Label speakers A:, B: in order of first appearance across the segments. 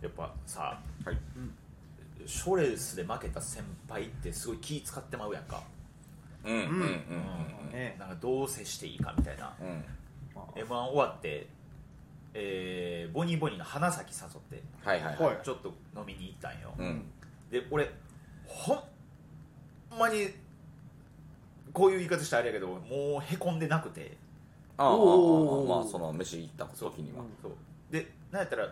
A: やっぱさ
B: はい
A: ショレスで負けた先輩ってすごい気使ってまうやんか、
B: うんうんうんうん
C: ね
A: なんかどう接していいかみたいな、
B: うん
A: m 1終わって、えーボニーボニーの花咲誘って
B: はいはい
C: はい
A: ちょっと飲みに行ったんよ、
B: うん
A: で俺ほんまにこういう言い方したらあれやけどもうへこんでなくて
B: ああああああ
C: おー
B: まあその飯行った時には
A: そうでなんやったら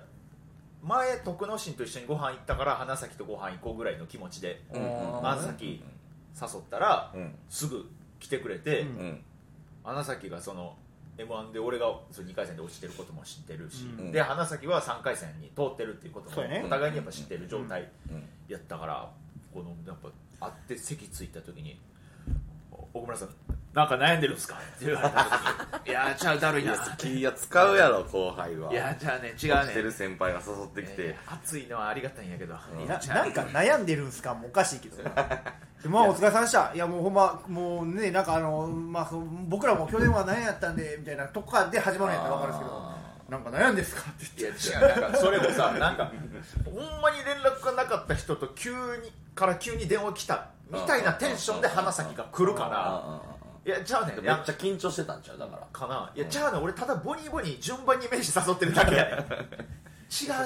A: 前徳之進と一緒にご飯行ったから花咲とご飯行こうぐらいの気持ちで
B: うんうんうん
A: 花咲誘ったら
B: うん
A: すぐ来てくれて、
C: うん
B: うん
A: 花咲がその m 1で俺がその2回戦で落ちてることも知ってるし、
B: うん
A: で花咲は3回戦に通ってるっていうこと
C: そ
A: も
C: うやね
A: お互いにやっぱ知ってる状態
B: うん
A: やったから、このやっぱ会って席着いた時に「奥村さんなんか悩んでるんですか?」って言われた時 に「いやーちゃうだるい
B: い
A: な
B: や」好きや使うやろ後輩はい
A: やじゃあね違
B: 落
A: う
B: ち
A: ね
B: てる先輩が誘ってき
A: いやい
B: て
A: や暑いのはありがたいんやけど、
B: ん
A: い
C: な
A: や
C: なんか悩んでるんすかもうおかしいけ どでまあお疲れさんでしたいやもうほんまもうねなんかあの、まあ、その僕らも去年は悩んやったんでみたいなとこからで始まるんやったら分かるんですけどなんか悩んですかって
A: いや違うなんかそれもさなんかほんまに連絡がなかった人と急にから急に電話来たみたいなテンションで花咲が来るか
B: あ
A: らいやちゃう
B: あ
A: ね
B: で
A: ん
B: めっ
A: や
B: ちゃ緊張してたんちゃうだから
A: かないやちゃうねん俺ただボニーボニー順番に飯誘ってるだけやねん違うねん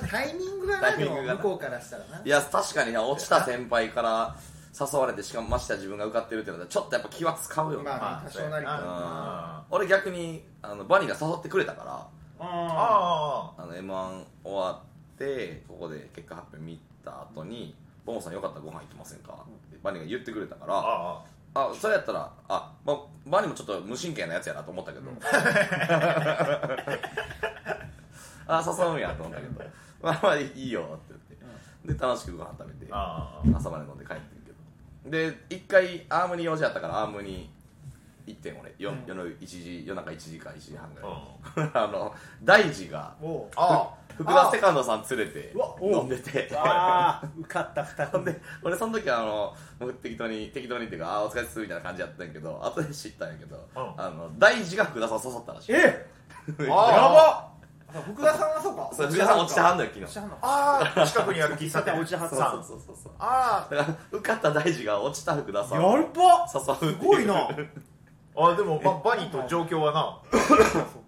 C: タイミングが
B: な
C: な
B: タイミングがなでも向
C: こうからしたらない
B: や確かにな落ちた先輩から誘われてしかもましてや自分が受かってるってなったらちょっとやっぱ気は使うよな、
C: まあ多少なりと
A: あ
B: うん俺逆にあのバニーが誘ってくれたから
C: あ
A: あ
B: あの m 1終わってここで結果発表見た後に「ボンさんよかったらご飯行きませんか?」ってバニーが言ってくれたか
A: あ
B: ら
A: ああ
B: あそれやったらあ、ま、バニーもちょっと無神経なやつやなと思った けど、 あ誘うんやと思ったけどまあまあいいよって言ってで楽しくご飯食べて
A: あ
B: 朝まで飲んで帰ってんけどで一回アームに用事あったからアームに行ってん俺よ夜の1時夜中1時か1時半ぐらい、 あの大事が
C: おう
A: あ
B: 福田セカンドさん連れて
C: うわおう
B: 飲んでて
C: あー受かった2
B: ほん
C: 組
B: で俺その時はあの僕適当に適当にっていうか「あーお疲れっす」みたいな感じやったんやけど後で知ったんやけど、
A: ん
B: あの大事が福田さん誘ったらしい
C: え
A: ー
C: や
A: あ
C: ばっ福田さんはそうか
B: そう福田さん落ちてはんのよ昨
C: 落
B: 日
C: ちてはんのか
A: あー近くにある喫茶店
C: 落ち葉
B: そ
C: さ
B: うんそうそうそうそう
A: あ
B: だから受かった大事が落ちた福田さん
C: やるぱす
B: 誘うっていう
C: ご いな
A: ーあーでも、まあ、バニーと状況はな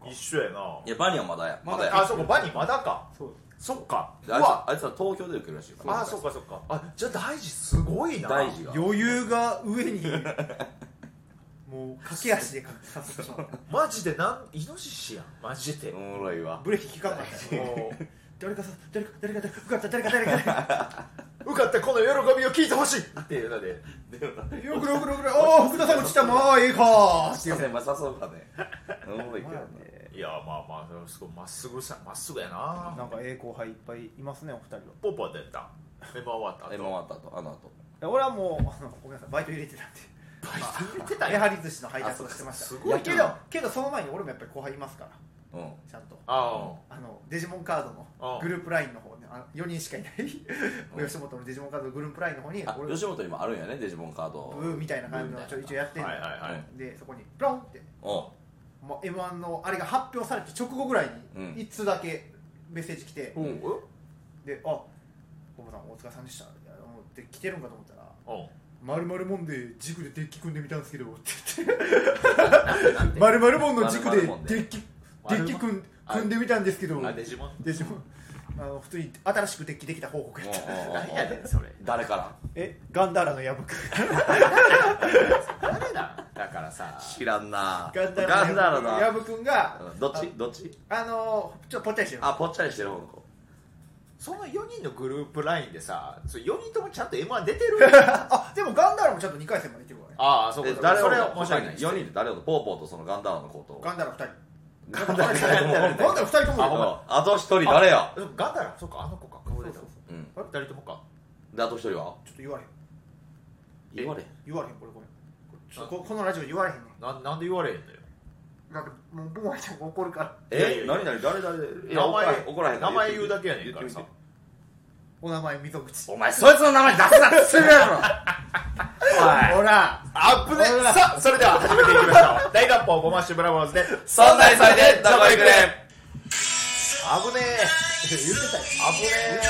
A: 一緒やない
B: やバニーはまだや
C: まだ
B: や
A: あそこバニーまだか
C: そう
A: そっかう
B: あいつ
A: わ
B: あいつは東京で受けるらしいから
A: あそっかそっかあじゃあ大事すごいな
B: 大事が
C: 余裕が上にもう駆け足でかさせてしまった
A: マジでなんイノシシやんマジで
B: おもろいわ
C: ブレーキ効かなかったよ
A: も
C: 誰かさ誰か誰か誰か受かった誰か誰か誰か
A: う受かってこの喜びを聞いてほしいっていうので
C: よくろくろくろおお福田さん落ちたもういいかーって
B: 先輩誘うかねおもろいけど
C: ま
B: な
C: あね
A: いやまあまあすごいまっすぐさまっすぐやな
C: なんかええ後輩いっぱいいますねお二人は
A: ポポは出たメンバー終わった
B: え
A: 後
B: もう終わった後あの後
C: いや俺はもうあのごめんなさいバイト入れてたんで
A: バイト入れてた
C: や
A: やん
C: はり寿司の配達をしてました
A: あそう
B: かすごい
C: やけどけどその前に俺もやっぱり後輩いますから
B: うん
C: ちゃんと
A: あ
C: あのデジモンカード
A: あ
C: のグループラインの方ねあ4人し かいない
B: うん
C: 吉本のデジモンカードのグループラインの方に
B: あ
C: 俺
B: 吉本にもあるんやねデジモンカード
C: ブーみたいな感じのちょ一応やって
A: あ
C: んの、
A: はいはいはい
C: でそこにプロンって
B: お
C: もう m 1のあれが発表されて直後ぐらいうに1通だけメッセージ来て、
A: うんん
C: で「あ小保さんお疲れさんでした」って来てるんかと思ったら
A: うん
C: 「まるまるもんで軸でデッキ組んでみたんですけど」って
A: なん
C: 「
A: で
C: まるまるもんの軸で
B: 〇〇もんで
C: デッキデッキ組ん組んでみたんですけど」
A: あデジモン
C: でしょあの普通に新しくデッキできた報告やった
A: 何やねんそれ
B: 誰から
C: えガンダーラの矢吹
A: 誰だだからさ
B: 知らんな
C: ガンダ
B: ガンダー
C: ーラの
B: ラだ
C: 矢吹君が
B: うんどっちどっち
C: あのーちょっとぽったりしてる
B: あぽっちゃりしてる方の子
A: その4人のグループラインでさ4人ともちゃんと m 1出てる
C: あでもガンダーラもちゃんと2回戦までいってるからね
A: ああそ
B: え
A: う
B: 誰
A: そ
B: を
A: れは申し訳ない
B: 4人で誰をポーポーとそのガンダーラの子と
C: ガンダーラ2人
B: ガンダーラ
C: ガンダーラ2人とも
A: あほんま
B: うんあと1人誰や
A: でもガンダラそうかあの子か顔
C: そ
A: 出
C: う
A: た
C: そうそう
B: うん
A: 2人ともか
B: であと1人は
C: ちょっと言われへん
B: 言われへん
C: 言われへんこれごめんちょっとここのラジオ言われへんね
A: ななんで言われへんのよ
C: なんかもう僕はちゃん怒るから
A: いやいや
B: え
A: いや
B: 何々誰誰い
A: 名
B: や怒ら
A: 前
B: へん怒らへん
A: 名前言うだけやねん
B: 言っ
A: か
B: て
A: ら
B: みて
A: さ
C: お名前溝口
B: お前そいつの名前出すなってするやろおい
C: ほら
A: あぶねさあそれでは始めていきましょう大学報ごまっしゅブラボーズで
B: そんな急いでどこ行くねん
A: 危ねえ
C: 言ってたよ
A: 危ね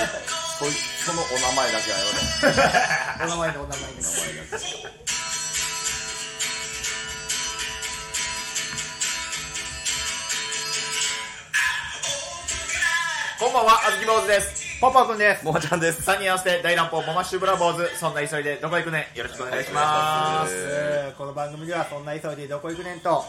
B: そいそのお名前だけはやめろ
C: お名前のお名前の
A: え こんばんはあずき坊主です
C: パパくんです
B: ももちゃんです
A: 3人合わせて大乱暴ママッシュブラボーズそんな急いでどこ行くねよろしくお願いしま
B: お願い します
A: す
C: えーこの番組ではそんな急いでどこ行くねんと、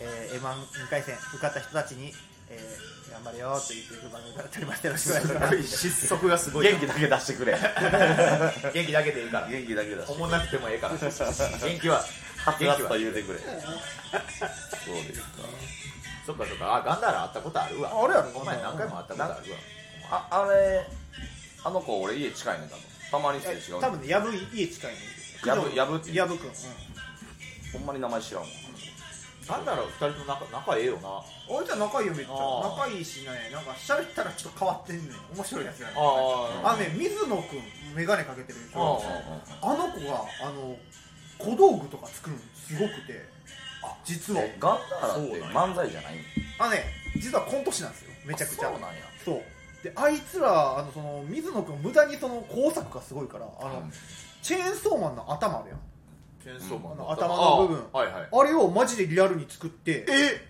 C: えー、M12 回戦受かった人たちに、えー、頑張れよと言っていく番組からなっておりましてよろしくお願いします
A: ごい失速がすごい
B: 元気だけ出してくれ
A: 元気だけでいいから
B: 元気だけ出 して
A: 思わなくてもええから元気は
B: はつ
A: 元
B: ら
A: 気
B: つ
A: は
B: と言うてくれそうですか
A: そっかそっかあガンダーラ会ったことあるわ
C: あるやろ
A: お前何回も会ったことあるわ
B: ああれあの子俺家近いねん多分たまにして違う
C: 多分ね、やぶ家近いね
B: やぶやぶって
C: やぶくん、うん、
B: ほんまに名前知らんわ
A: ガンダーラ二人と仲仲ええよな
C: 俺と仲いいよめっちゃ
A: あー
C: 仲いいしねなんか喋ったらちょっと変わってんねん面白いやつやね
A: あ
C: あのね水野くん眼鏡かけてるでし
A: あ
C: ょあの子があの小道具とか作るのすごくてあ実は
B: えガンダーラっ
A: そう
B: て
A: なんや
B: 漫才じゃないん
C: あのね実はコント師なんですよめちゃくちゃ
B: そうなんや
C: そうであいつらあのその水野君無駄にその工作がすごいからあの、
B: うん
C: チェーンソーマンの頭あるやん
A: チェーンソーマン
C: あの頭の部分
A: あはいはい
C: あれをマジでリアルに作ってえ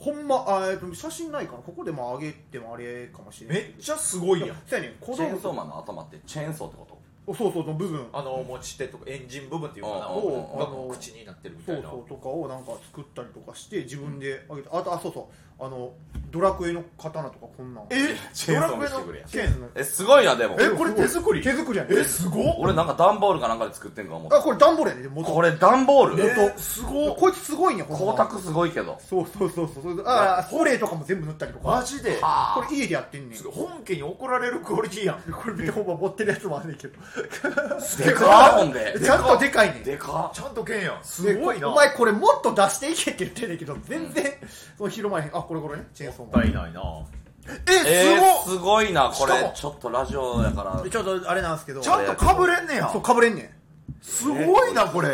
C: ほんまあえっと写真ないからここでも上げてもあれかもしれない
A: めっちゃすごいやん
C: そうやねん小
B: チ
C: 道
B: ェー
C: 具
B: ンソーマンの頭ってチェーンソーってこと
C: そうそうの部分
A: あの持ち手とかエンジン部分っていうかな
B: うんうんうん
A: がもう口になってるみ
C: そ
A: た
C: う
A: いな
C: そうとかをなんか作ったりとかして自分で上げてあとあそうそうあのドラクエの刀とかこんなん
A: え
B: チェーンソー見せてくれや
C: チェーンソーの
B: えすごいなでも
A: えこれ手作り
C: 手作りやねん
A: えすごっ
B: 俺なんか段ボールかなんかで作ってんか思った
C: あこれ段ボールやねん元
B: これ段ボー
A: え
B: ル
A: ーすごっ
C: こいつすごいねこ
B: 光沢すごいけど
C: そうそうそうそうそうああスプレーとかも全部塗ったりと
A: マ
C: か
A: ジで
B: あ
C: これ家でやってんねん
A: すごい本家に怒られるクオリティやん
C: これ見てほんま持ってるやつもあんねんけど
B: でかっほんで
C: ちゃんとでかいねん
B: でかっ
A: ちゃんとけんやんすごいな
C: お前これもっと出していけって言ってんねんけど全然その広まれへんあこれこれねチェーンソーマン
A: いないな
B: え
A: え
B: ー、
A: す
B: すごいなこれ
A: しかも
B: ちょっとラジオやから
C: ちょっとあれなんですけど
A: ごっちゃんとかぶれんねや
C: そうかぶれんねん
A: すごいなこれ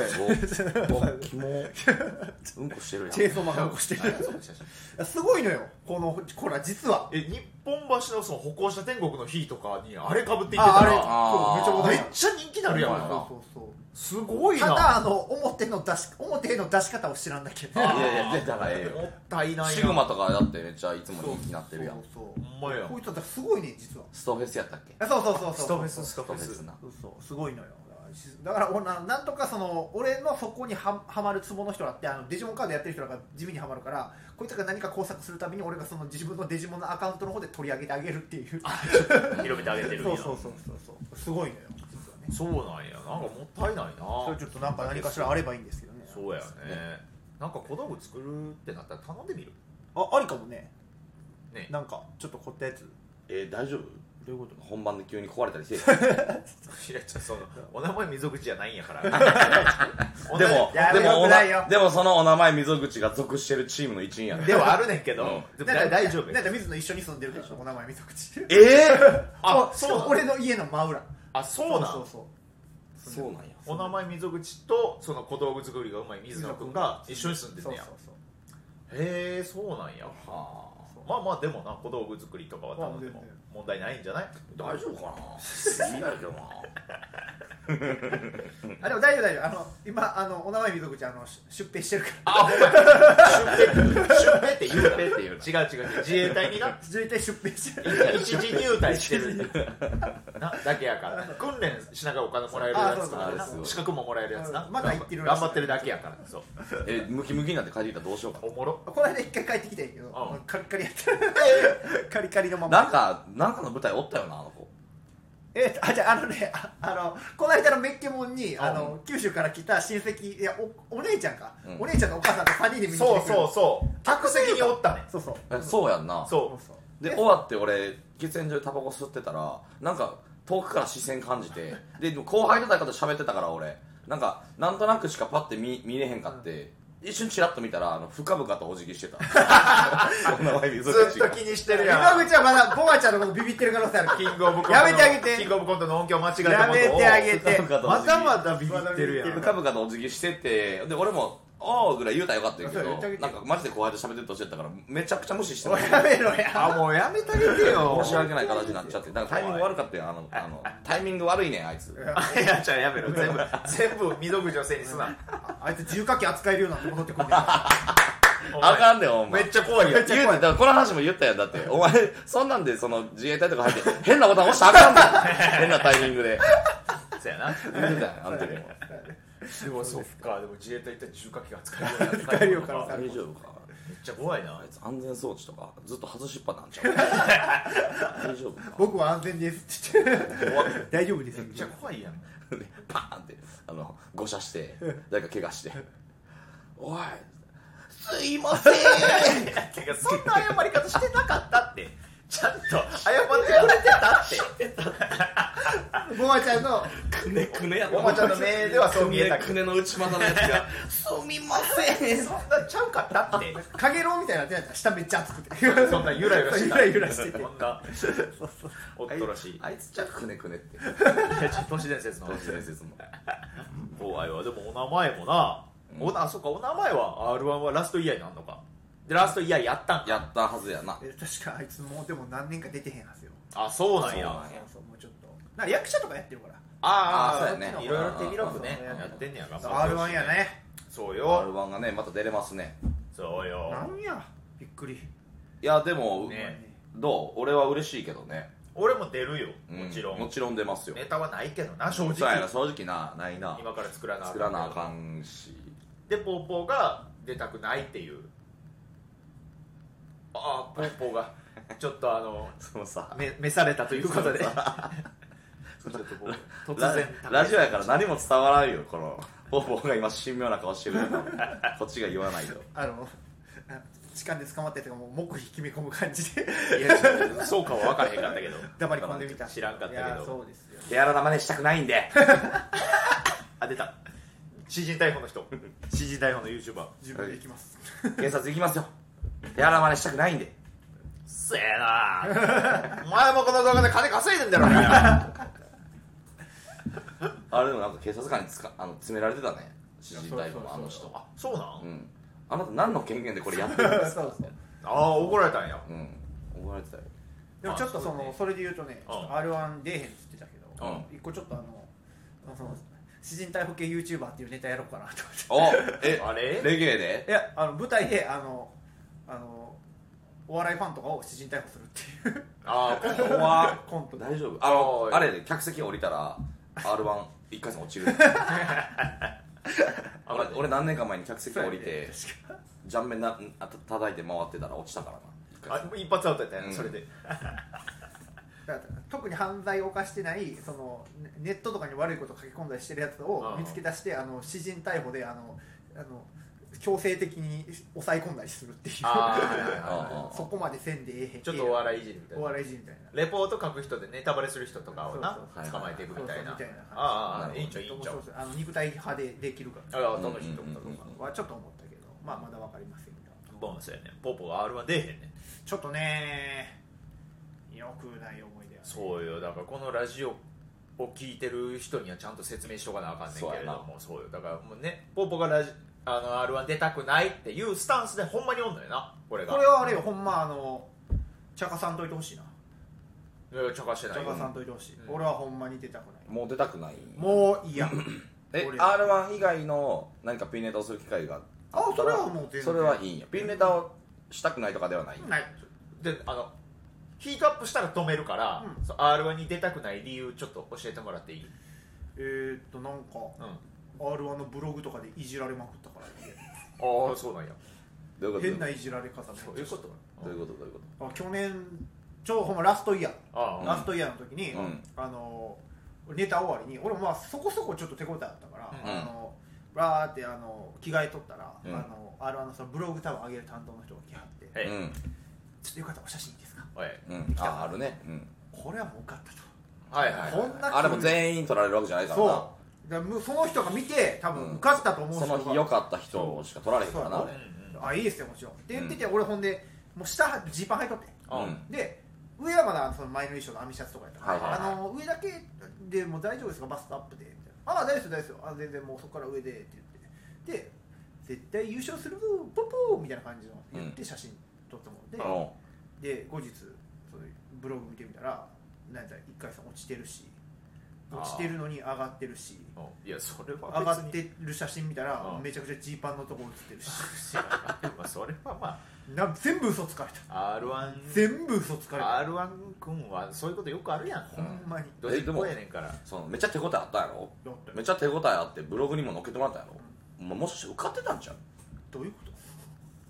B: キモうんこしてるやん
C: チェーンソーマンが起こして るすごいのよこのこれは実は
A: え日本橋のその歩行者天国の日とかにあれかぶっていって
C: あ
A: た
C: あれ
A: ら
C: そう
B: あ
A: め
C: め
A: っ
C: っちゃ
A: ちゃ人気なるやん
B: ほんまや
A: な
B: な
C: そうそうそう
A: すごい
C: た
A: な
C: だあの表の出し表への出し方を知らんだけど
A: あ
B: いやいやだからええ
A: も
B: よ
A: ったいない
B: シグマとかだってめっちゃいつも人気になってるやん
C: そう
A: ほんまや
C: そうこいつだってすごいね実は
B: ストフェスやったっけ
C: あそうそうそうそう
A: ストフェススト
B: ス
A: フ
B: ト
A: ェ
B: フェス
A: ス
B: な
C: そうそうすごいのよだから俺ななんとかその俺のそこにははまるツボの人らってあのデジモンカードやってる人らが地味にはまるからこいつが何か工作するたびに俺がその自分のデジモンのアカウントの方で取り上げてあげるっていう
A: 広めてあげてるん
C: そう
A: や
C: そうそうそうそうすごいのよ実はね
A: そうなんやなんかもったいないな
C: それちょっとなんか何かしらあればいいんですけどね
A: そうやねなんか小道具作るってなったら頼んでみる
C: あありかもね
A: ね
C: なんかちょっと凝ったやつど
B: えー、大丈夫
C: ういうこと
B: 本番で急に壊れたりして
A: いやちょっとそのお名前溝口じゃないんやから お名
B: で
A: 前
B: も
A: いや
B: で
C: や
B: も
C: よ
B: お
C: くないよ
B: なでもそのお名前溝口が属してるチームの一員やね
A: ではあるねんけど、で
B: う
A: も大丈夫
C: なんか水野一緒に住んでるでしょお名前溝口
B: えー、
A: あ
C: あ
A: そうなの
C: 俺の家の真裏
A: あそうなん
C: そうそう
B: そうなんや
A: お名前溝口とその小道具作りがうまい水野君が一緒に住んでん
C: そう
A: ね
C: そう
A: や
C: そう
A: へえそうなんや
B: は
C: そう
A: まあまあでもな小道具作りとかは多分でも
C: あ全然
A: 問題ないんじゃない
B: あ大丈夫かないいやけどな
C: あでも大丈夫大丈夫あの今あのお名前溝口あのし出兵してるから
A: あほんまや出兵って言うな
B: 出兵って
A: 違う違う違
B: 言う
A: う自衛隊に な
C: 自衛隊出兵してる
A: 一時入隊してるなだけやから訓練しながらお金もらえるやつと
B: あそうそうあれす
A: か
B: ごい
A: 資格ももらえるやつな
C: まだ行ってるら
A: 頑
C: しい
A: 張ってるだけやからそう
B: えー、ムキムキになって帰ってきたらどうしようか
A: おもろ
C: この間一回帰ってきたんやけど
A: うん
C: カリカリやっ たカリカリのまま
B: なんかなんかの舞台おったよなあの子
C: えっとあじゃああのねああのこの間のメッケモンにあの九州から来た親戚いやおお姉ちゃんか、
B: うん
C: お姉ちゃんのお母さんと3人で見に来てく
A: そ
C: れ
A: う
C: る
A: そうそう客席におったね
C: そうそう
B: えそうやんな
A: そう
C: そう
B: で終わって俺喫煙所でタバコ吸ってたらなんか遠くから視線感じてで後輩と誰かと喋ってたから俺なんかなんとなくしかパッて見見れへんかって、一瞬チラッと見たらあの深々とお辞儀してた お名前溝
A: ず
B: 口
A: っと
B: が
A: 気にしてるやん
C: 今口はまだボマちゃんのことビビってる可能性ある
A: キングオブコントの
C: やめてあげて
A: キングオブコントの音響間違えた
C: や
A: ことを
C: めてあげて
B: 深々とお辞
A: ま
B: 儀
A: だまだビビってるやん
B: 深々とお辞儀しててで俺もおーぐらい言うたらよかったんやけ
C: そう言ってあげ
B: ど
C: て
B: なんかマジで後輩と喋ってるとしてたからめちゃくちゃ無視して
C: お
B: ま
C: い
B: し
C: や
B: た
C: めろ や
A: あもうやめてあげてよ
B: 申し訳ない形になっちゃってだからタイミング悪かったよあのあのタイミング悪いねんあいつ
A: いやじゃあやめろ全部全部未読女性にすな
C: あいつ重火器扱えるようになって戻ってくるんだ
A: お前
B: あかんねんお
A: め
B: 前
A: っちゃ怖いよ
B: 言うてだからこの話も言ったやんだってお前そんなんでその自衛隊とか入って変なボタン押したらあかんねん変なタイミングで
A: そうやな
B: 言うてたやんあの時も
A: でもそっかでも自衛隊行ったら重火器が使えるようになった
C: 扱えるようからさ
B: 大丈夫か
A: めっちゃ怖いな
B: あいつ安全装置とかずっと外しっぱなんちゃう大丈夫か
C: 僕は安全で すって言って
B: 怖く
C: 大丈夫ですよ
A: めっちゃ怖いやん
B: でパーンってあの誤射して誰か怪我して「おいすいません
A: てかそんな謝り方してなかったってちゃんと謝ってくれてたって
C: ボマちゃんの」
B: くねくねや
A: おばちゃんの目ではそう見えたけ
B: く
A: ど
B: ねの内股のやつが「すみません
A: そんなちゃうかったって
C: 影郎みたいになってないから下めっちゃ熱くて
A: そんなゆらゆらして
C: ゆ
A: た
C: らゆらしてて
A: こんなおっとろしい
B: あいつじゃくねくねって
A: いやちょっと都市伝説の
B: 都市伝説も
A: 怖いわでもお名前もな、おなあそっかお名前は r 1はラストイヤーになんのかでラストイヤーやったんや
B: やったはずやな
C: え確かあいつもうでも何年か出てへんはずよ
A: あそうなんや
B: そうなんや
C: そうもうちょっとなんか役者とかやってるから
A: あ
B: あ
A: あ
B: そうやね
A: いろいろ手広くね
C: うん
A: やってんねや頑張って
C: r
A: ほ
C: 1
A: しい
C: やね
A: そう
B: r
A: よ
B: 1がねまた出れますね
A: そうよ
C: なんやびっくり
B: いやでも、
A: ね
B: どう俺は嬉しいけどね、
A: 俺も出るよ
B: う
A: もちろん、
B: もちろん出ますよ
A: ネタはないけどな正直
B: そうやな正直なないな
A: 今から作らなあかん
B: 作らなあかんし
A: でポーポーが出たくないっていうああポーポーがちょっとあの
B: その さ
A: め召されたということでちょっ とこう突然
B: ララジオやから何も伝わらんよこのポーポーが今神妙な顔してるけど こっちが言わないと
C: あのあ痴漢で捕まったやつがもう黙秘決め込む感じで
A: いや違うそうかは分からへんかったけど
C: 黙り込んでみた
A: 知らんかったけど
C: いやそうですよ
B: 手荒な真似したくないんで
A: あ出た詩人逮捕の 人詩人逮捕の YouTuber
C: 自分で行きます、
B: 警察行きますよ手荒な真似したくないんで
A: せえな お前もこの動画で金稼いでんだろうね
B: あれでもなんか警察官につかあの詰められてたね新人逮捕のあの
C: そうそう
B: 人
A: あそうなん、
B: うんあなた何の権限でこれやってるん ですか
C: そうそう
A: ああ怒られたんや
B: うん怒られてたよ
C: でもちょっとそ
A: あそう
C: の
A: ね
C: それで言うとね、ちょっと R1 出えへんって言ってたけど、
B: う
C: 一個ちょっとあの、その詩人逮捕系 YouTuber っていうネタやろうかなと思っ
B: おえ
A: あれ
B: レゲエで
C: て。いや、あの舞台であのあのお笑いファンとかを詩人逮捕するっていう
A: ああ
B: 怖
C: コントで。
B: 大丈夫あの
A: おい
B: あれで客席降りたら r 1一回戦落ちる俺俺何年か前に客席降りてジャンベンなた叩いて回ってたら落ちたからな一回
A: あ一発アウトやったんや、
B: うん
A: それ で
C: だから特に犯罪を犯してないそのねネットとかに悪いこと書き込んだりしてるやつを
A: うん
C: 見つけ出して、あの詩人逮捕であのあの強制的に抑え込んだりするっていう。
A: ああはいはいはい
B: あ
C: そこまでせんでええへん。
A: ちょっとお笑いいじりみたい
C: お
A: な
C: 笑い人みたいな。
A: レポート書く人でネタバレする人とかをな
C: そう
B: そうそう
A: 捕まえていくみたいなあ
C: そうそうみたいな
A: あああいいんちゃういい
C: そ
A: ん
C: う
A: ちゃ
C: そううそうあの肉体派でできるか
A: あ
C: ら
A: あ楽しいと思ったと
B: うんうん
A: か
B: うん
C: はちょっと思ったけど、まあ、まだわかりませんが
A: ボンそうやねポーポーが r 1出えへんね
C: ちょっとねよくない思い出は、ね、
A: そうよだからこのラジオを聞いてる人にはちゃんと説明しとかなあかんねんけれどもそうよだからもうねポーポーがラジあの r 1出たくないっていうスタンスでほんまにおんのよなこれが
C: これはあれよほんまあの茶化さんといてほしいない
A: や茶化してない
C: 茶
A: よ
C: 化さんといてほしい、
A: うん
C: 俺はほんまに出たくない
B: もう出たくない
C: もういいや
B: え
C: 俺
B: r 1以外の何かピンネタをする機会があった
C: あそれ
B: ら
C: はもう全然
B: それはいいんやピンネタをしたくないとかではない
C: ない
A: であのヒートアップしたら止めるから、
C: うん
A: r 1に出たくない理由ちょっと教えてもらっていい、
C: えー、っとなんか
A: うん、あ
C: r 1のブログとかでいじられまくったから、ね、
A: あそうなんや
B: どういうこと
C: 変ないじられ方
A: そういうこと
B: どういうことどういうこ
C: あ去年ちょうどほんまラストイヤー
A: あ
C: ラストイヤーの時に、
B: うん
C: あのネタ終わりに俺もまあそこそこちょっと手応えあったから、
A: うん
C: あのバーってあの着替えとったら、
B: うん
C: あの R1 のそのブログ多分上げる担当の人が来はって
A: ええ
B: と
C: 「ちょっとよかったらお写真いいですか?
A: おい
B: うんうんああるねうん
C: これはもう受かったと」
A: はいはい
C: こんな
B: あれも全員取られるわけじゃないからな
C: そうだからもうその人が見て多
B: う
C: 分
B: ん
C: 受かったと思う
B: そ
C: 人が、
B: の日良かった人しか取られへんからな
C: そう
B: あれ
A: うん
C: あいいですよもちろんって言ってて、俺ほんでもう下ジーパン履いとって
A: うん
B: うん
C: で上はまだその前の衣装の網シャツとかやったから、
B: はいはいはい
C: あの上だけでもう大丈夫ですかバストアップでみたいな「ああ大丈夫です大丈夫ですあ全然もうそこから上で」って言ってで絶対優勝するぞポポーみたいな感じの言って写真撮ったもん
B: う
C: で、
B: ん
C: で後日そのブログ見てみたらなんか一回戦落ちてるし落ちてるのに上がってるし
A: うんいやそれは
C: 上が
A: 別
C: っ
A: に
C: てる写真見たら
A: うん
C: めちゃくちゃジーパンのとこ写って るし
A: まあそれはま
C: な全部嘘つかれた
A: あ R1
C: 全部嘘つかれた
A: R1 君はそういうことよくあるやんほ
C: ほ
A: んま
C: んまに
A: どっちもやねんから
B: そのめっちゃ手応えあったんやろ
C: だって
B: めっちゃ手応えあってブログにも載っけてもらったんやろももしかして受かってたんちゃ
C: どういうこと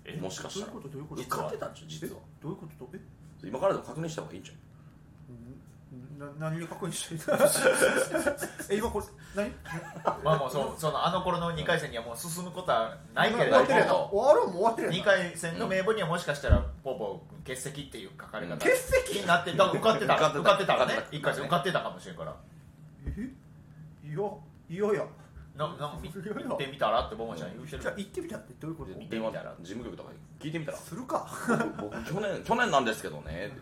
A: え
B: うもしかしたら
C: どういうことどういうこと
B: 受かってたんちゃう実は
C: どういうことえ
B: 今からでも確認した方がいいんちゃ
C: な何を確認して え今これ何
A: まあもうそうそのあの頃の2回戦にはもう進むことはないけれ
C: 終
A: ども
C: わってるやん終わろうもう終わってるやん
A: 2回戦の名簿にはもしかしたらポポ欠席っていう書かれ方
C: 欠席
A: になってだから受かってた
B: 受かってた
A: 受かってたらね
B: 受かってた
A: 1回戦受かってたかもしれんから
C: えいやいやいや
A: ななんか見見てみたらってボモちゃん言うてる
C: じゃあ行ってみたってどういうこ
B: う
C: と
A: 見
B: で
A: てみたら
B: 事務局とかに聞いてみたら
C: するか
B: 僕僕去年去年なんですけどねって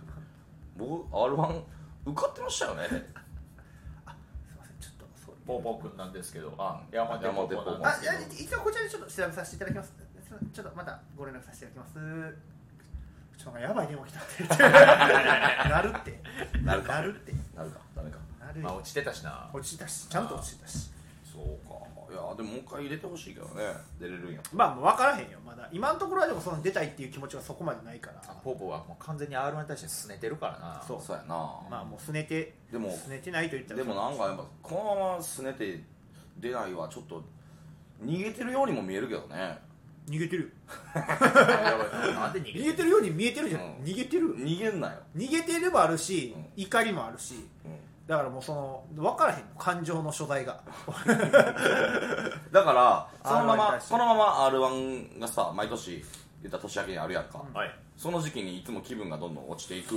B: 僕 r 1受かってました よね
C: すいませんちょっとそう
A: ポーポー君なんですけどあ山手
B: 山
A: ポ
B: 手ポ
A: ー
B: ー
A: ポ
B: ポ
A: ー
B: ー
A: なん
C: あ
A: です
C: い
A: けど
C: や一応こちらでちょっと調べさせていただきますすいませんちょっとまたご連絡させていただきますちょっとなんかやばい電話来たってなるって
B: なるか
C: なるって
B: なるかダメか
C: なる
A: まあ
C: よ
A: 落ちてたしな
C: 落ちたしちゃんと落ちたし
B: そうかいやでももう一回入れてほしいけどね出れるんや
C: まあもう分からへんよまだ今のところはでもその出たいっていう気持ちはそこまでないから
A: あポーポーはもう完全に R1 に対して拗ねてるからな
C: そう
B: そうやな
C: まあもうすねて
B: でも
C: すねてないと言った
B: で
C: ら
B: もなんかやっぱこのまま拗ねて出ないはちょっと逃げてるようにも見えるけど ね
C: 逃げてる
A: やばいなんで逃げ
C: 逃
A: て
C: げ
A: る
C: てるように見えてるじゃん、
B: うん
C: 逃げてる
B: 逃げんなよ、
C: 逃げてればあるし、
B: うん
C: 怒りもあるし
B: うん
C: だからもうその分からへんの感情の所在が
B: だからそのまま
C: R1 に対して
B: このまま r 1がさ毎年言ったら年明けにあるやんか、
A: はい
B: その時期にいつも気分がどんどん落ちていく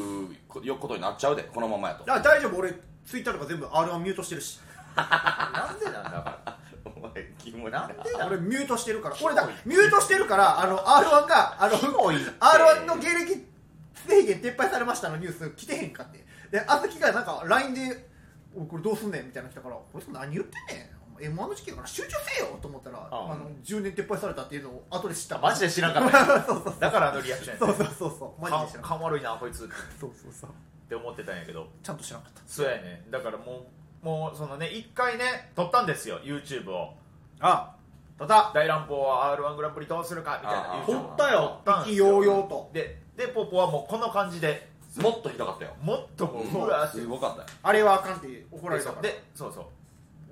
B: よことになっちゃうでこのままやと
C: あ大丈夫俺ツイッターとか全部 R1 ミュートしてるし
A: なんでなんだから
B: お前キモい
A: な
B: なん
A: でなん
C: 俺ミュートしてるから俺だ
A: キモい
C: ミュートしてるからあの R1 があの R1 の芸歴制限撤廃されましたのニュース来てへんかってであずきがなんか LINE で「おいこれどうすんねん」みたいなの来たから「こいつ何言ってんねん」M1 の事件から集中せよと思ったらあ
A: あ
C: の10年撤廃されたっていうのを後で知った
A: マジで知らんかったよだからあのリアクションや
C: そ
A: ね
C: うそうそうそうマジで知らんかっ
A: 勘悪いなこいつった
C: そうそうそう
A: て思ってたんやけど
C: ちゃんと知らんかった
A: そうやねだからもうもうそのね一回ね撮ったんですよ YouTube を
C: あただ
A: 大乱暴は r 1グランプリどうするかみたいな
B: あー
A: YouTube を
B: 撮った
C: よ
A: 撮ったんす
C: 意気揚々と
A: ででポポはもうこの感じで
B: もっとひどかったよ
A: もっとも
B: う
A: うんうわーって
B: すごかったよ
C: あれはあかんって怒られたから
A: でそうそう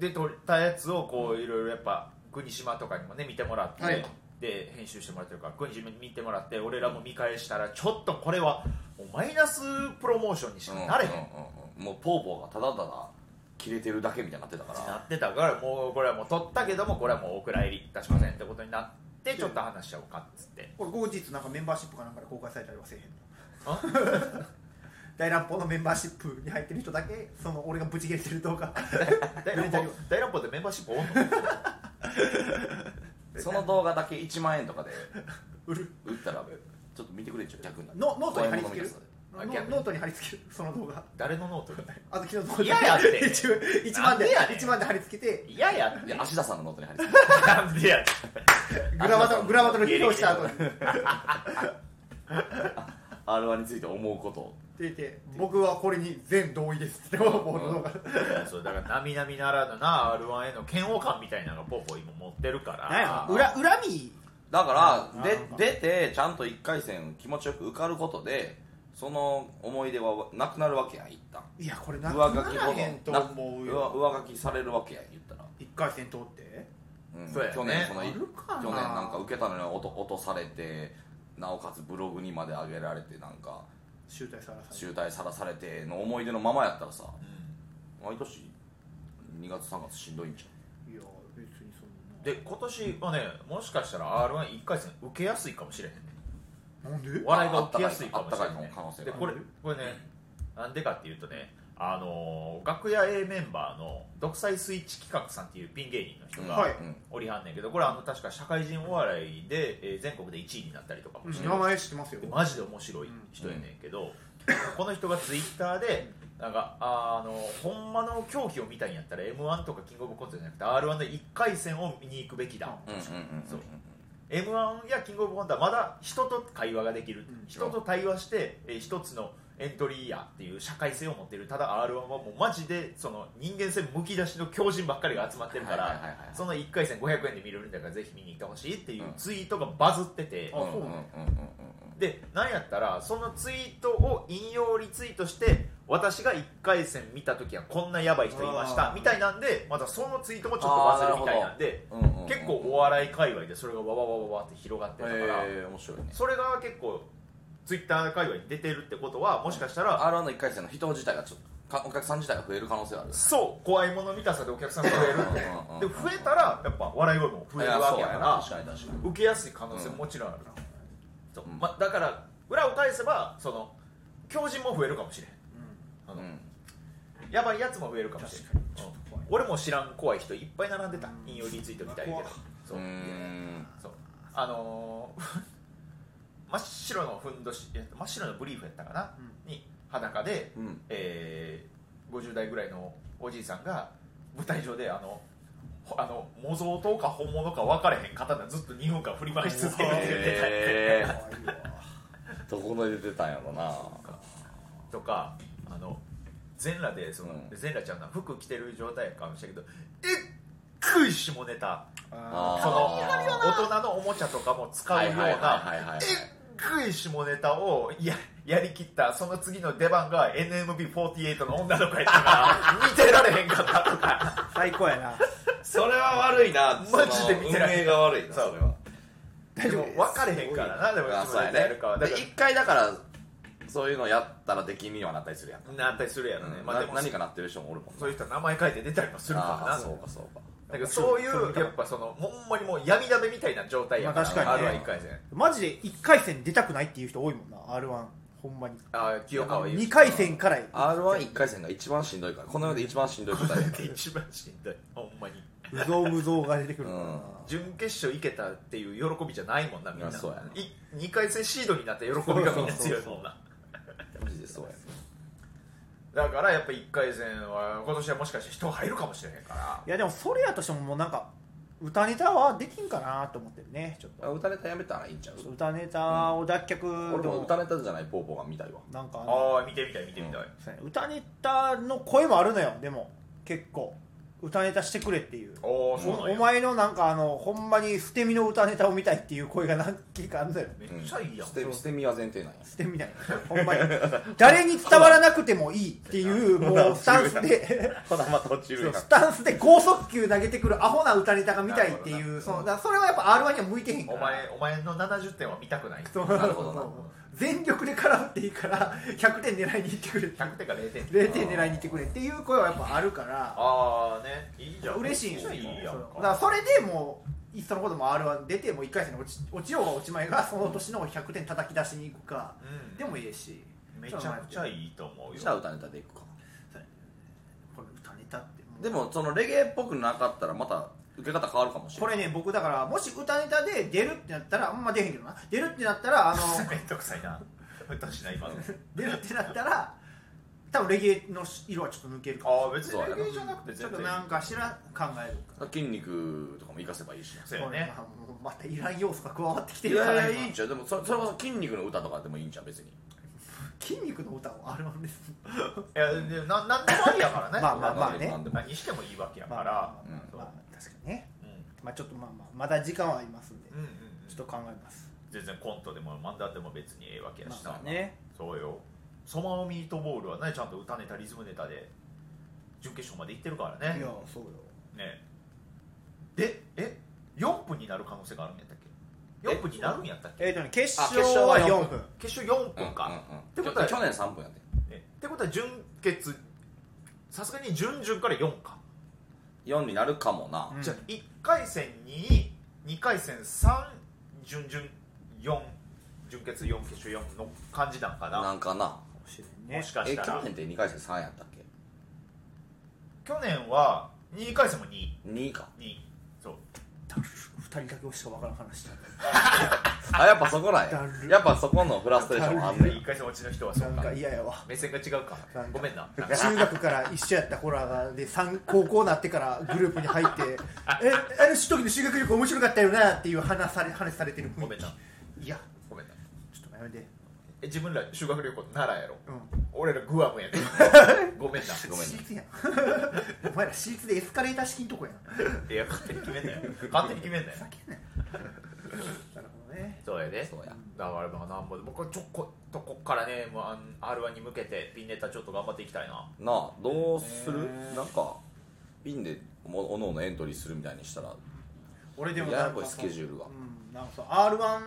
A: で撮ったやつをこういろいろやっぱ国島とかにもね見てもらって、
C: はい
A: で編集してもらってるから国島に見てもらって俺らも見返したらちょっとこれはもうマイナスプロモーションにしかなれへん
B: うんうんうんうんもうポーポーがただただ切れてるだけみたいになってたか
A: な
B: ら
A: ってたからもうこれはもう取ったけどもこれはもうお蔵入りいたしませんってことになってちょっと話しちゃおうかっつって
C: これ後日なんかメンバーシップかなんかで公開されたりはせえへんの
A: あ
C: 大乱暴のメンバーシップに入ってる人だけその俺がブチ切れてる動画
A: 大乱暴大乱暴でメンバーシップおんの
B: その動画だけ1万円とかで
C: 売る
B: 売ったらちょっと見てくれんちゃう逆に
C: ノノートに貼り付ける
A: あ
C: ノ
A: 逆に
C: ノートに貼り付けるその動画
A: 誰のノートだ
C: あずきの動画
A: 嫌やって
C: 一一万で
A: なんでやねん
C: 一万で貼り付けて
A: いややっ
B: い
A: て
B: や芦田さんのノートに貼り付け
A: なんでや
C: グラバトグラバトの披露した後に
B: る r 1について思うことを
C: 出て 僕はこれに全同意ですって僕の動画
A: そうだから並々ならぬな r 1への嫌悪感みたいなのがポーポー今持ってるから
B: ろ
C: 裏恨み
B: だから
C: なんか
B: で出てちゃんと1回戦気持ちよく受かることでその思い出はなくなるわけやん一旦
C: いやこれなく
B: 上
C: な
B: 書き
C: ら
B: ほ
C: へんと思うよ
B: 上書きされるわけやん言ったら、
C: 一回戦通って
B: うん
A: そうやね
B: 去年その
C: あ
B: い
C: るかな
B: 去年なんか受けたのに落と落とされてなおかつブログにまで上げられてなんか
C: 集大さらされて
B: 集大さらされての思い出のままやったらさ
A: うん
B: 毎年2月3月しんどいんじ
C: いや別にそん
A: で今年はねもしかしたら r 1一回戦受けやすいかもしれへんね
C: ななんで
A: 笑いが起きやすいかもしれない,、
B: ああったかいの可能性が
A: でこれこれねなんでかっていうとねあのー楽屋 A メンバーの独裁スイッチ企画さんっていうピン芸人の人
B: ゃん、
A: が、
C: はい
B: うん
A: おりはんねんけどこれあの確か社会人お笑いで、えー全国で1位になったりとかもしてる
C: 名前知ってますよ
A: でマジで面白い人やねんけど、この人がツイッターでなんかあーあのほんまの競技を見たいんやったら m 1とかキングオブコントじゃなくて r 1の1回戦を見に行くべきだ、
B: うんうんうんうんうん
A: m 1やキングオブコントはまだ人と会話ができる、
C: うん
A: 人と対話して、えー一つのエントリーやっていう社会性を持ってるただ r 1はもうマジでその人間性むき出しの狂人ばっかりが集まってるか
B: はいはいはいはい
A: らその1回戦500円で見れるんだからぜひ見に行ってほしいっていうツイートがバズってて、
C: あそ
B: う
C: う
B: んうんうん
C: ね
A: でなんやったらそのツイートを引用リツイートして私が1回戦見た時はこんなヤバい人いまし
C: あ
A: た
C: ー
A: みたいなんでまたそのツイートもちょっとバズるみたいなんで
B: うんうんうんうん
A: 結構お笑い界隈でそれがわわわわわって広がってたから、
B: えー、面白いね
A: それが結構ツイッター界隈に出てるってことはもしかしたら
B: r 1の1回戦の人自体がちょっとかお客さん自体が増える可能性がある
A: そう怖いもの見たさでお客さんが増えるって
B: うんうんうん
A: で増えたらやっぱ笑い声も増えるわけやから
B: そうやな確かに確かに
A: 受けやすい可能性ももちろんあるな、そう
B: うん
A: ま、だから裏を返せばその狂人も増えるかもしれんあの
B: うん
A: やばいやつも増えるかもしれない、うん俺も知らん怖い人いっぱい並んでた引用リツイートみたいけど
C: 怖っ
A: そうう
B: ーん
A: そうあのー 真っ白のふんどしいや真っ白のブリーフやったかな、に裸で、
B: うん
A: えー50代ぐらいのおじいさんが舞台上であのほあの模造刀か本物か分かれへん刀ずっと2分間振り回し続けるっていうネタやって
B: え
C: 怖いわ
B: ー、どこで出てたんやろな
A: とかあの全裸でその、
B: うん
A: 全裸ちゃんが服着てる状態かもしれんけどえっくい下ネタ
C: あ
A: その大人のおもちゃとかも使うよう
B: はいはい
A: な
B: はいはいはい
A: えっぐい下ネタをややりきったその次の出番が NMB48 の女の子やったから見てられへんかったとか
C: ー最高やな
B: それは悪いな
A: マジで見てない
B: その運営が悪いな
A: そう
B: それは
A: でも分かれへんからなでも
B: あ
A: いつ
B: そう
A: ま
B: や
A: でやる
B: ね
A: かはだ
B: で
A: か
B: 一回だからそういうのやったら出禁にはなったりするやん、
A: らなったりするやろね、
B: うん
A: まあで
B: な
A: も
B: 何かなってる人もおるもん
A: そういう人は名前書いて出たりもするか
B: あ
A: らな
B: ーそうかそうか
A: だからそういうやっぱそのほんまにもう闇鍋みたいな状態やから、
C: まあ確かにね
A: r 1回戦
C: マジで1回戦出たくないっていう人多いもんな r 1ほんまに
A: あー清川優
C: 2回戦から
B: r 1 1回戦が一番しんどいからこの世で一番しんどいことだよ
A: 一番しんどいほんまに
C: うぞうむぞうが出てくるからな
B: うん
A: 準決勝行けたっていう喜びじゃないもんなみん
B: い
A: な
B: やそうやな
A: 2回戦シードになった喜びがみんな強いもんな
B: マジでそうや
A: だからやっぱ1回戦は今年はもしかして人入るかもしれへんから
C: いやでもそれやとしてももうなんか歌ネタはできんかなと思ってるねちょっ
B: あ歌ネタやめたらいいんちゃう
C: と歌ネタを脱却
B: 俺も歌ネタじゃないポーポーが見たいわ
C: なんかあの
A: ああ見てみたい見てみたい、
C: そうやね歌ネタの声もあるのよでも結構歌ネタしてくれっていう
A: おおそうなん
C: お
A: や
C: お前のなんかあのほんまに捨て身の歌ネタを見たいっていう声が何件かあるのよ
A: めっちゃいいやん、
B: 捨て捨て身は前提なんや
C: 捨て身ないほん まに誰に伝わらなくてもいいっていうもうスタンス で
B: ほなまた落ち
C: そうスタンスで高速球投げてくるアホな歌ネタが見たいって
A: なるほど
C: いう
A: な
C: そのだからそれはやっぱ r 1には向いてへんか
A: お
C: ら
A: 前お前の70点は見たくない
C: そう
B: なるほどな
C: 全力で絡むっていいから100点狙いに行ってくれって
A: 100点か0点
C: 0点狙いに行ってくれっていう声はやっぱあるから
A: ああねいいじゃん
C: 嬉しいんですよ
A: めっちゃいいやん
C: そうだからそれでもういっそのことも r 1出てもう1回戦に落ち落ちようが落ちまいがその年の100点叩き出しに行くか
A: うん
C: でもいいし
A: めちゃくちゃ
C: い
A: いいと思う
B: じゃあ
A: よ
B: 歌ネタでいくか
C: これ歌ネタってもう
B: でもそのレゲエっぽくなかったらまた受け方変わるかもしれ
C: こ
B: ない
C: れね僕だからもし歌ネタで出るってなったらあんま出へんけどな出るってなっ たらあの
A: めんどくさい な歌しない今の
C: 出るってなったら多分レゲエの色はちょっと抜けるかも
A: ああ別にレゲエじゃなくて
C: ち
A: 全
C: ょ
A: 然
C: っとなんかしら考えるか
B: 筋肉とかも活かせばいいし
A: そうやね
C: まあもうまたいらん要素が加わってきて
B: い
C: るか
B: やい
C: ら
B: や
C: 今
B: いいんちゃうでもそそれこそ筋肉の歌とかでもいいんちゃう別に
C: 筋肉の歌をあれなんです
A: いやでななんでもありやからね
C: まあまあまあね
B: なんでも
A: 何してもいいわけやから、
C: まあ
B: うん
C: まあ確かにね
A: う
C: まあちょっとまあまあまだ時間はありますんで
A: んうんうん
C: ちょっと考えます
A: 全然コントでも漫談でも別にええわけやしな、
C: まあね
A: そうよソマオミートボールはねちゃんと歌ネタリズムネタで準決勝まで行ってるから
C: い
A: ね
C: やそうよ
A: ねでえ4分になる可能性があるんやったっけ4分になるんやったっけ
C: えっとね決
B: あ
C: 勝
B: 決勝は
C: は
B: 4
C: 4分
A: 決勝4分か、
B: うんうん
A: ってことは
B: 去去年3分やって
A: ねってことは準決さすがに準々から4か、
B: 4になるかもな
C: うん
A: じゃあ1回戦2 2回戦3準々4準決4決勝4の感じなんかな
B: なんかな
C: もし
A: もしか
B: え
A: した
B: 去
A: ら
B: 年って2回戦3やったっけ
A: 去年は2回戦も2
B: 2か
A: 2そう
C: 人だけしかわからん話だ
B: あやっぱそこなんや
C: だる
B: やっぱそこのフラストレーションあんねん
A: 一回戦落ちの人はそ
C: な
A: うんか
C: か嫌やわ
A: 目線が違うか
C: なんか
A: ごめん な
C: 中学から一緒やった子らがで三高校になってからグループに入って「えあの時の修学旅行面白かったよな」っていう話され話されてる
A: ご
C: 雰
A: め
C: 囲
A: んな
C: 気いや
A: ごめんな
C: ちょっとやめて
A: え自分ら修学旅行奈良やろ
C: うん
A: 俺らグア ムやでごめんな
B: ごめん
C: 私立やん お前ら私立でエスカレーター式んとこやん
A: いや勝手に決めんなよ勝手に決めんなよ
C: ふざけんなよなるほどね
A: そうやで
B: そうや
A: だからまあなんぼで僕はちょこっとこっからねもうあん R1 に向けてピンネタちょっと頑張っていきたいな
B: なあどうする
C: えー
B: なんかピンでもおのおのエントリーするみたいにしたら
C: 俺でも
B: や
C: な
B: や
C: ん
B: こ
C: か
B: いスケジュールが
C: うん、なんかそう r 1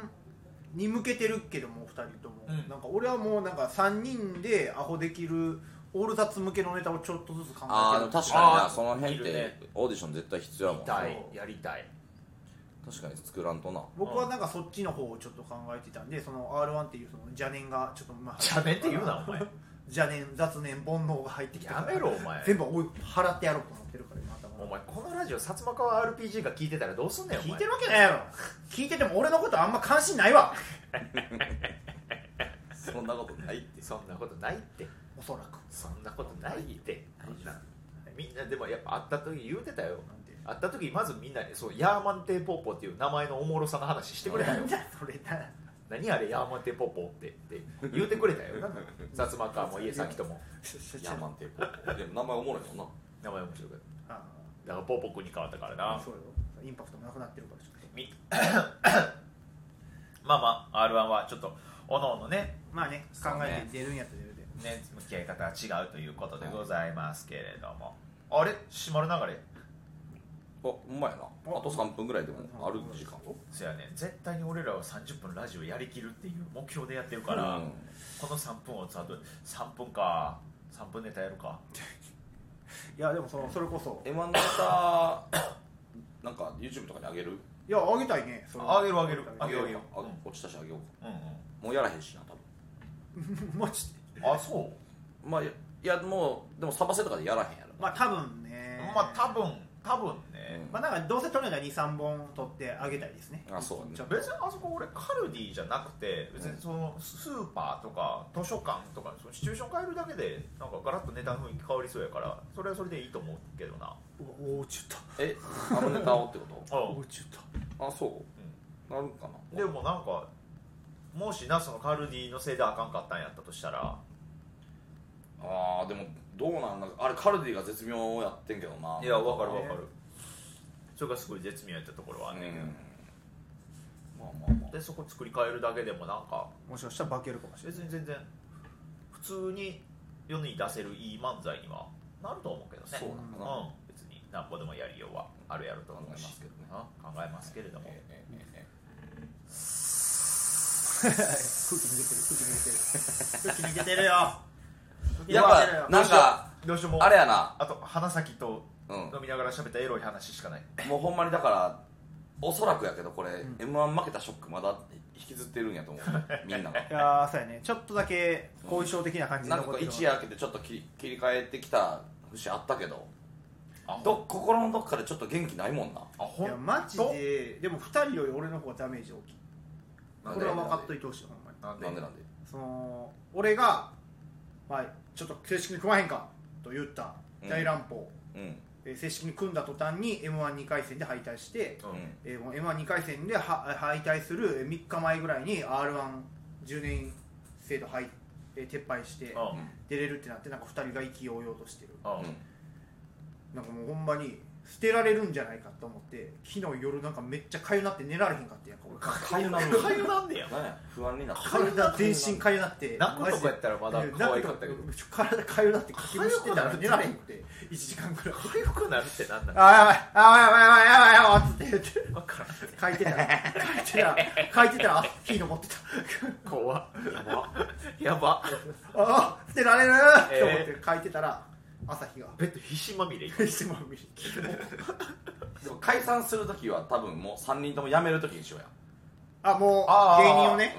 C: に向けてるけどもお二人とも、
A: うん
C: なんか俺はもうなんか3人でアホできるオールザッツ向けのネタをちょっとずつ考
B: あ
C: え
B: あで
C: てる
B: も確かに
A: あ
B: な
A: ー
B: その辺っ
A: いる
B: て
A: ね
B: オーディション絶対必要
A: や
B: やもんな
A: たい
C: そう
A: やりたい
B: 確かに作らんとな
C: 僕はなんかそっちの方をちょっと考えてたんでその r 1っていうその邪念がちょっとまあ
A: 邪念って言うなお前
C: 邪念雑念煩悩が入ってきた
A: や
C: から
A: めろお前
C: 全部追い払ってやろうと思ってるから今
A: お
C: 頭が
A: 前このラジオ薩摩川 RPG が聞いてたらどうすんねんお前
C: 聞いてるわけないやろ聞いてても俺のことあんま関心ないわ
B: そんなことないって
A: そんなことないって
C: おそらく
A: そんなことないって
B: 大丈夫
A: みんなみんなでもやっぱ会った時言うてたよ
C: なんで
A: 会った時まずみんなにそうヤーマンテーポーポーっていう名前のおもろさの話してくれた
C: な
A: よ
C: んだ それな
A: 何あれヤーマンテーポーポーってって言うてくれたよ薩摩川も家先とも
B: ヤマンテープでも名前おもろいもんな
A: 名前面白かっ
C: あ
A: ただからポーポー君に変わったから
C: あ
A: な
C: そうよインパクトもなくなってるからちょっと
A: みまあまあ r 1はちょっとおのおのね
C: まあね考
A: そうね
C: えて出るんやったら出るで
A: ね向き合い方が違うということでございますけれども、あれ閉まる流れ
B: あほんまやなあと3分ぐらいでもある時間
A: そやね絶対に俺らは30分ラジオやりきるっていう目標でやってるから、
B: うん
A: この3分をさ3分か3分ネタやるか
C: いやでもそのそれこそ
B: M1 ネタなんか YouTube とかにあげる
C: いやあげたいねそれ
A: あげるあげるあ
C: あ
A: げ
C: げ
A: る
C: る
A: あげる
B: あ落ちたしあげようか
A: うん
B: もうやらへんしな多分
C: マジで
A: うんあそう
B: まあいやもうでもサバセとかでやらへんやろ
C: まあ多分ね
A: まあ多分多分ね、
B: うん
C: まあなんかどうせ取るなら23本取ってあげたいですね
B: あそうね
A: じゃあ別にあそこ俺カルディじゃなくて別にそのスーパーとか図書館とかそのシチュエーション変えるだけでなんかガラッとネタの雰囲気変わりそうやからそれはそれでいいと思うけどな
C: うわおおちょっ
B: えあのネタをってこと
C: と
A: う
C: お
A: ん
C: おちょっと
B: あそうなるかな
A: でもなんかもしなそのカルディのせいであかんかったんやったとしたら
B: ああでもどうなんだあれカルディが絶妙やってんけどない
A: いやわかる
C: ね
A: わかるそれがすごい絶妙やったところはあ
B: うんん
A: ねんけど
B: まあまあま
A: でそこ作り変えるだけでもなんか
C: もしかしたら化けるか もしれない
A: 別に全然普通に世に出せるいい漫才にはなると思うけどね
B: あそうな
A: うんん
B: かな
A: 別に何ぼでもやりようはあるやると思いますけどね考えますけれども
B: えええええ
C: 空気抜けてる空気抜けてる空気抜けてるよ
B: えやっぱなんか
A: どうしようも
B: あれやな
A: あと花咲と
B: うん
A: 飲みながら喋ったエロい話しかない
B: もうほんまにだからおそらくやけどこれ、
C: ん
B: m 1負けたショックまだ引きずってるんやと思うみんなが
C: いやーそうやねちょっとだけ後遺症的な感じで
B: なんか
C: 残
B: こ
C: っ
B: う
C: てるわ
B: 一夜明けてちょっと切り切り替えてきた節あったけど
A: あほん
B: ど心のどっかでちょっと元気ないもんな
A: あほ
C: いや
A: ん
C: マジ
A: と
C: ででも2人より俺の方がダメージ大きい
B: なん
C: こ
B: で
C: れは分かっといてほしいほんまに
A: なんで
B: なんでなんで
C: その俺が、まあ、ちょっと正式に組まへんかと言った大乱暴、
B: うん
C: えー正式に組んだ途端に m 1 2回戦で敗退して、
A: うん
B: うん
C: えー、もう m 1 2回戦では敗退する3日前ぐらいに r 1 1年制度廃、えー撤廃して
A: うん
C: 出れるってなってなんか2人が意気揚々としてる
A: うん
B: うん
C: なんかもうほんまに捨てられるんじゃないかと思って昨日夜なんかめっちゃかゆなって寝られへんかったやんか俺
B: かゆなる
A: かゆなんでや
B: なんや不安になって
C: 体全身かゆなって
A: 泣くとこ
C: マ
A: や
C: ジ
A: っ
C: で
A: たらまだ可愛かったけど
C: 泣くとこ体かゆなってかきむしてたら寝られへんくて1時間くらい
A: かゆくなるってなんなの
C: あやばいあやばいやばいやばいやばいっつって言って
A: わからん
C: 書いてたら書いてたら書いてたら火登ってた
A: 怖っやば
C: ああ捨てられるって思って書いてたら朝日が
A: ベッド皮脂まみれ
C: 一番見る
B: でも解散するときは多分もう3人とも辞めるときにしようや
C: あも
A: あ
C: う
A: ー
C: 芸人をね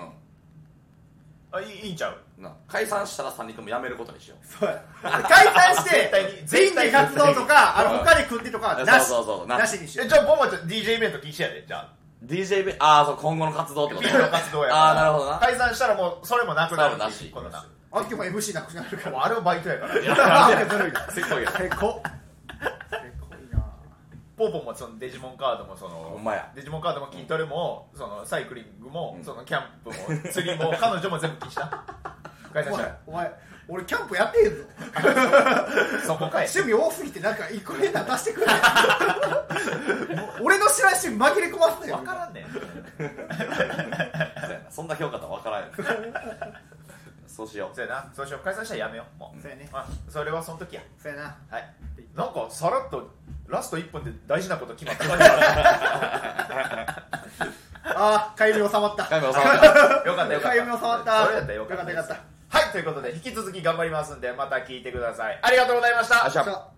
B: うん
A: あいいいいんちゃう
B: な解散したら3人とも辞めることにしよう
C: そうや解散し
A: 絶
C: て
A: 対に
C: 全員で活動とかあ
B: う
C: の
B: ん
C: 他で組んでとかはなし
B: そうそうそうな
C: なしにしよ
A: え
C: う
A: じゃあボマちゃん DJ イベント禁止やでじゃあ
B: DJ ベああそう今後の活動ってこ
A: ピ
B: と
A: ー の活動やから
B: ああなるほどな
A: 解散したらもうそれもなくなる
B: それもなし
A: ことな
C: あっきも MC なくなるか
A: も
C: ら
A: うあれはバイトやから
C: あずるいな
B: せっ こいや
C: せこせこいな
A: ポーポンもそのデジモンカードもその
B: ほんまや
A: デジモンカードも筋トレも、そのサイクリングも、
B: うん
A: そのキャンプも釣りも彼女も全部禁止な解散
C: お
A: し
C: 前
A: た
C: お前俺キャンプやってへんぞ
A: そこかい
C: 趣味多すぎてなんか一個変な出してくれもう俺の知らん趣味紛れ込ませてよ
A: 分からんねん
B: そうやなそんな評価とは分からんや んそうしよう
A: そうやなそうしよう解散したらやめようもう
C: そうやね
A: あそれはその時や
C: そうやな
A: はいなんかさらっとラスト1分で大事なこと決まった感じだな
C: あーかゆみ収まった
B: 深 山さ
A: よかったよかった
C: かゆみ収まった
A: それやったらよかった
C: よかったよかった
A: はいということで引き続き頑張りますんでまた聞いてくださいありがとうございました
B: んあしゃ
C: じゃあ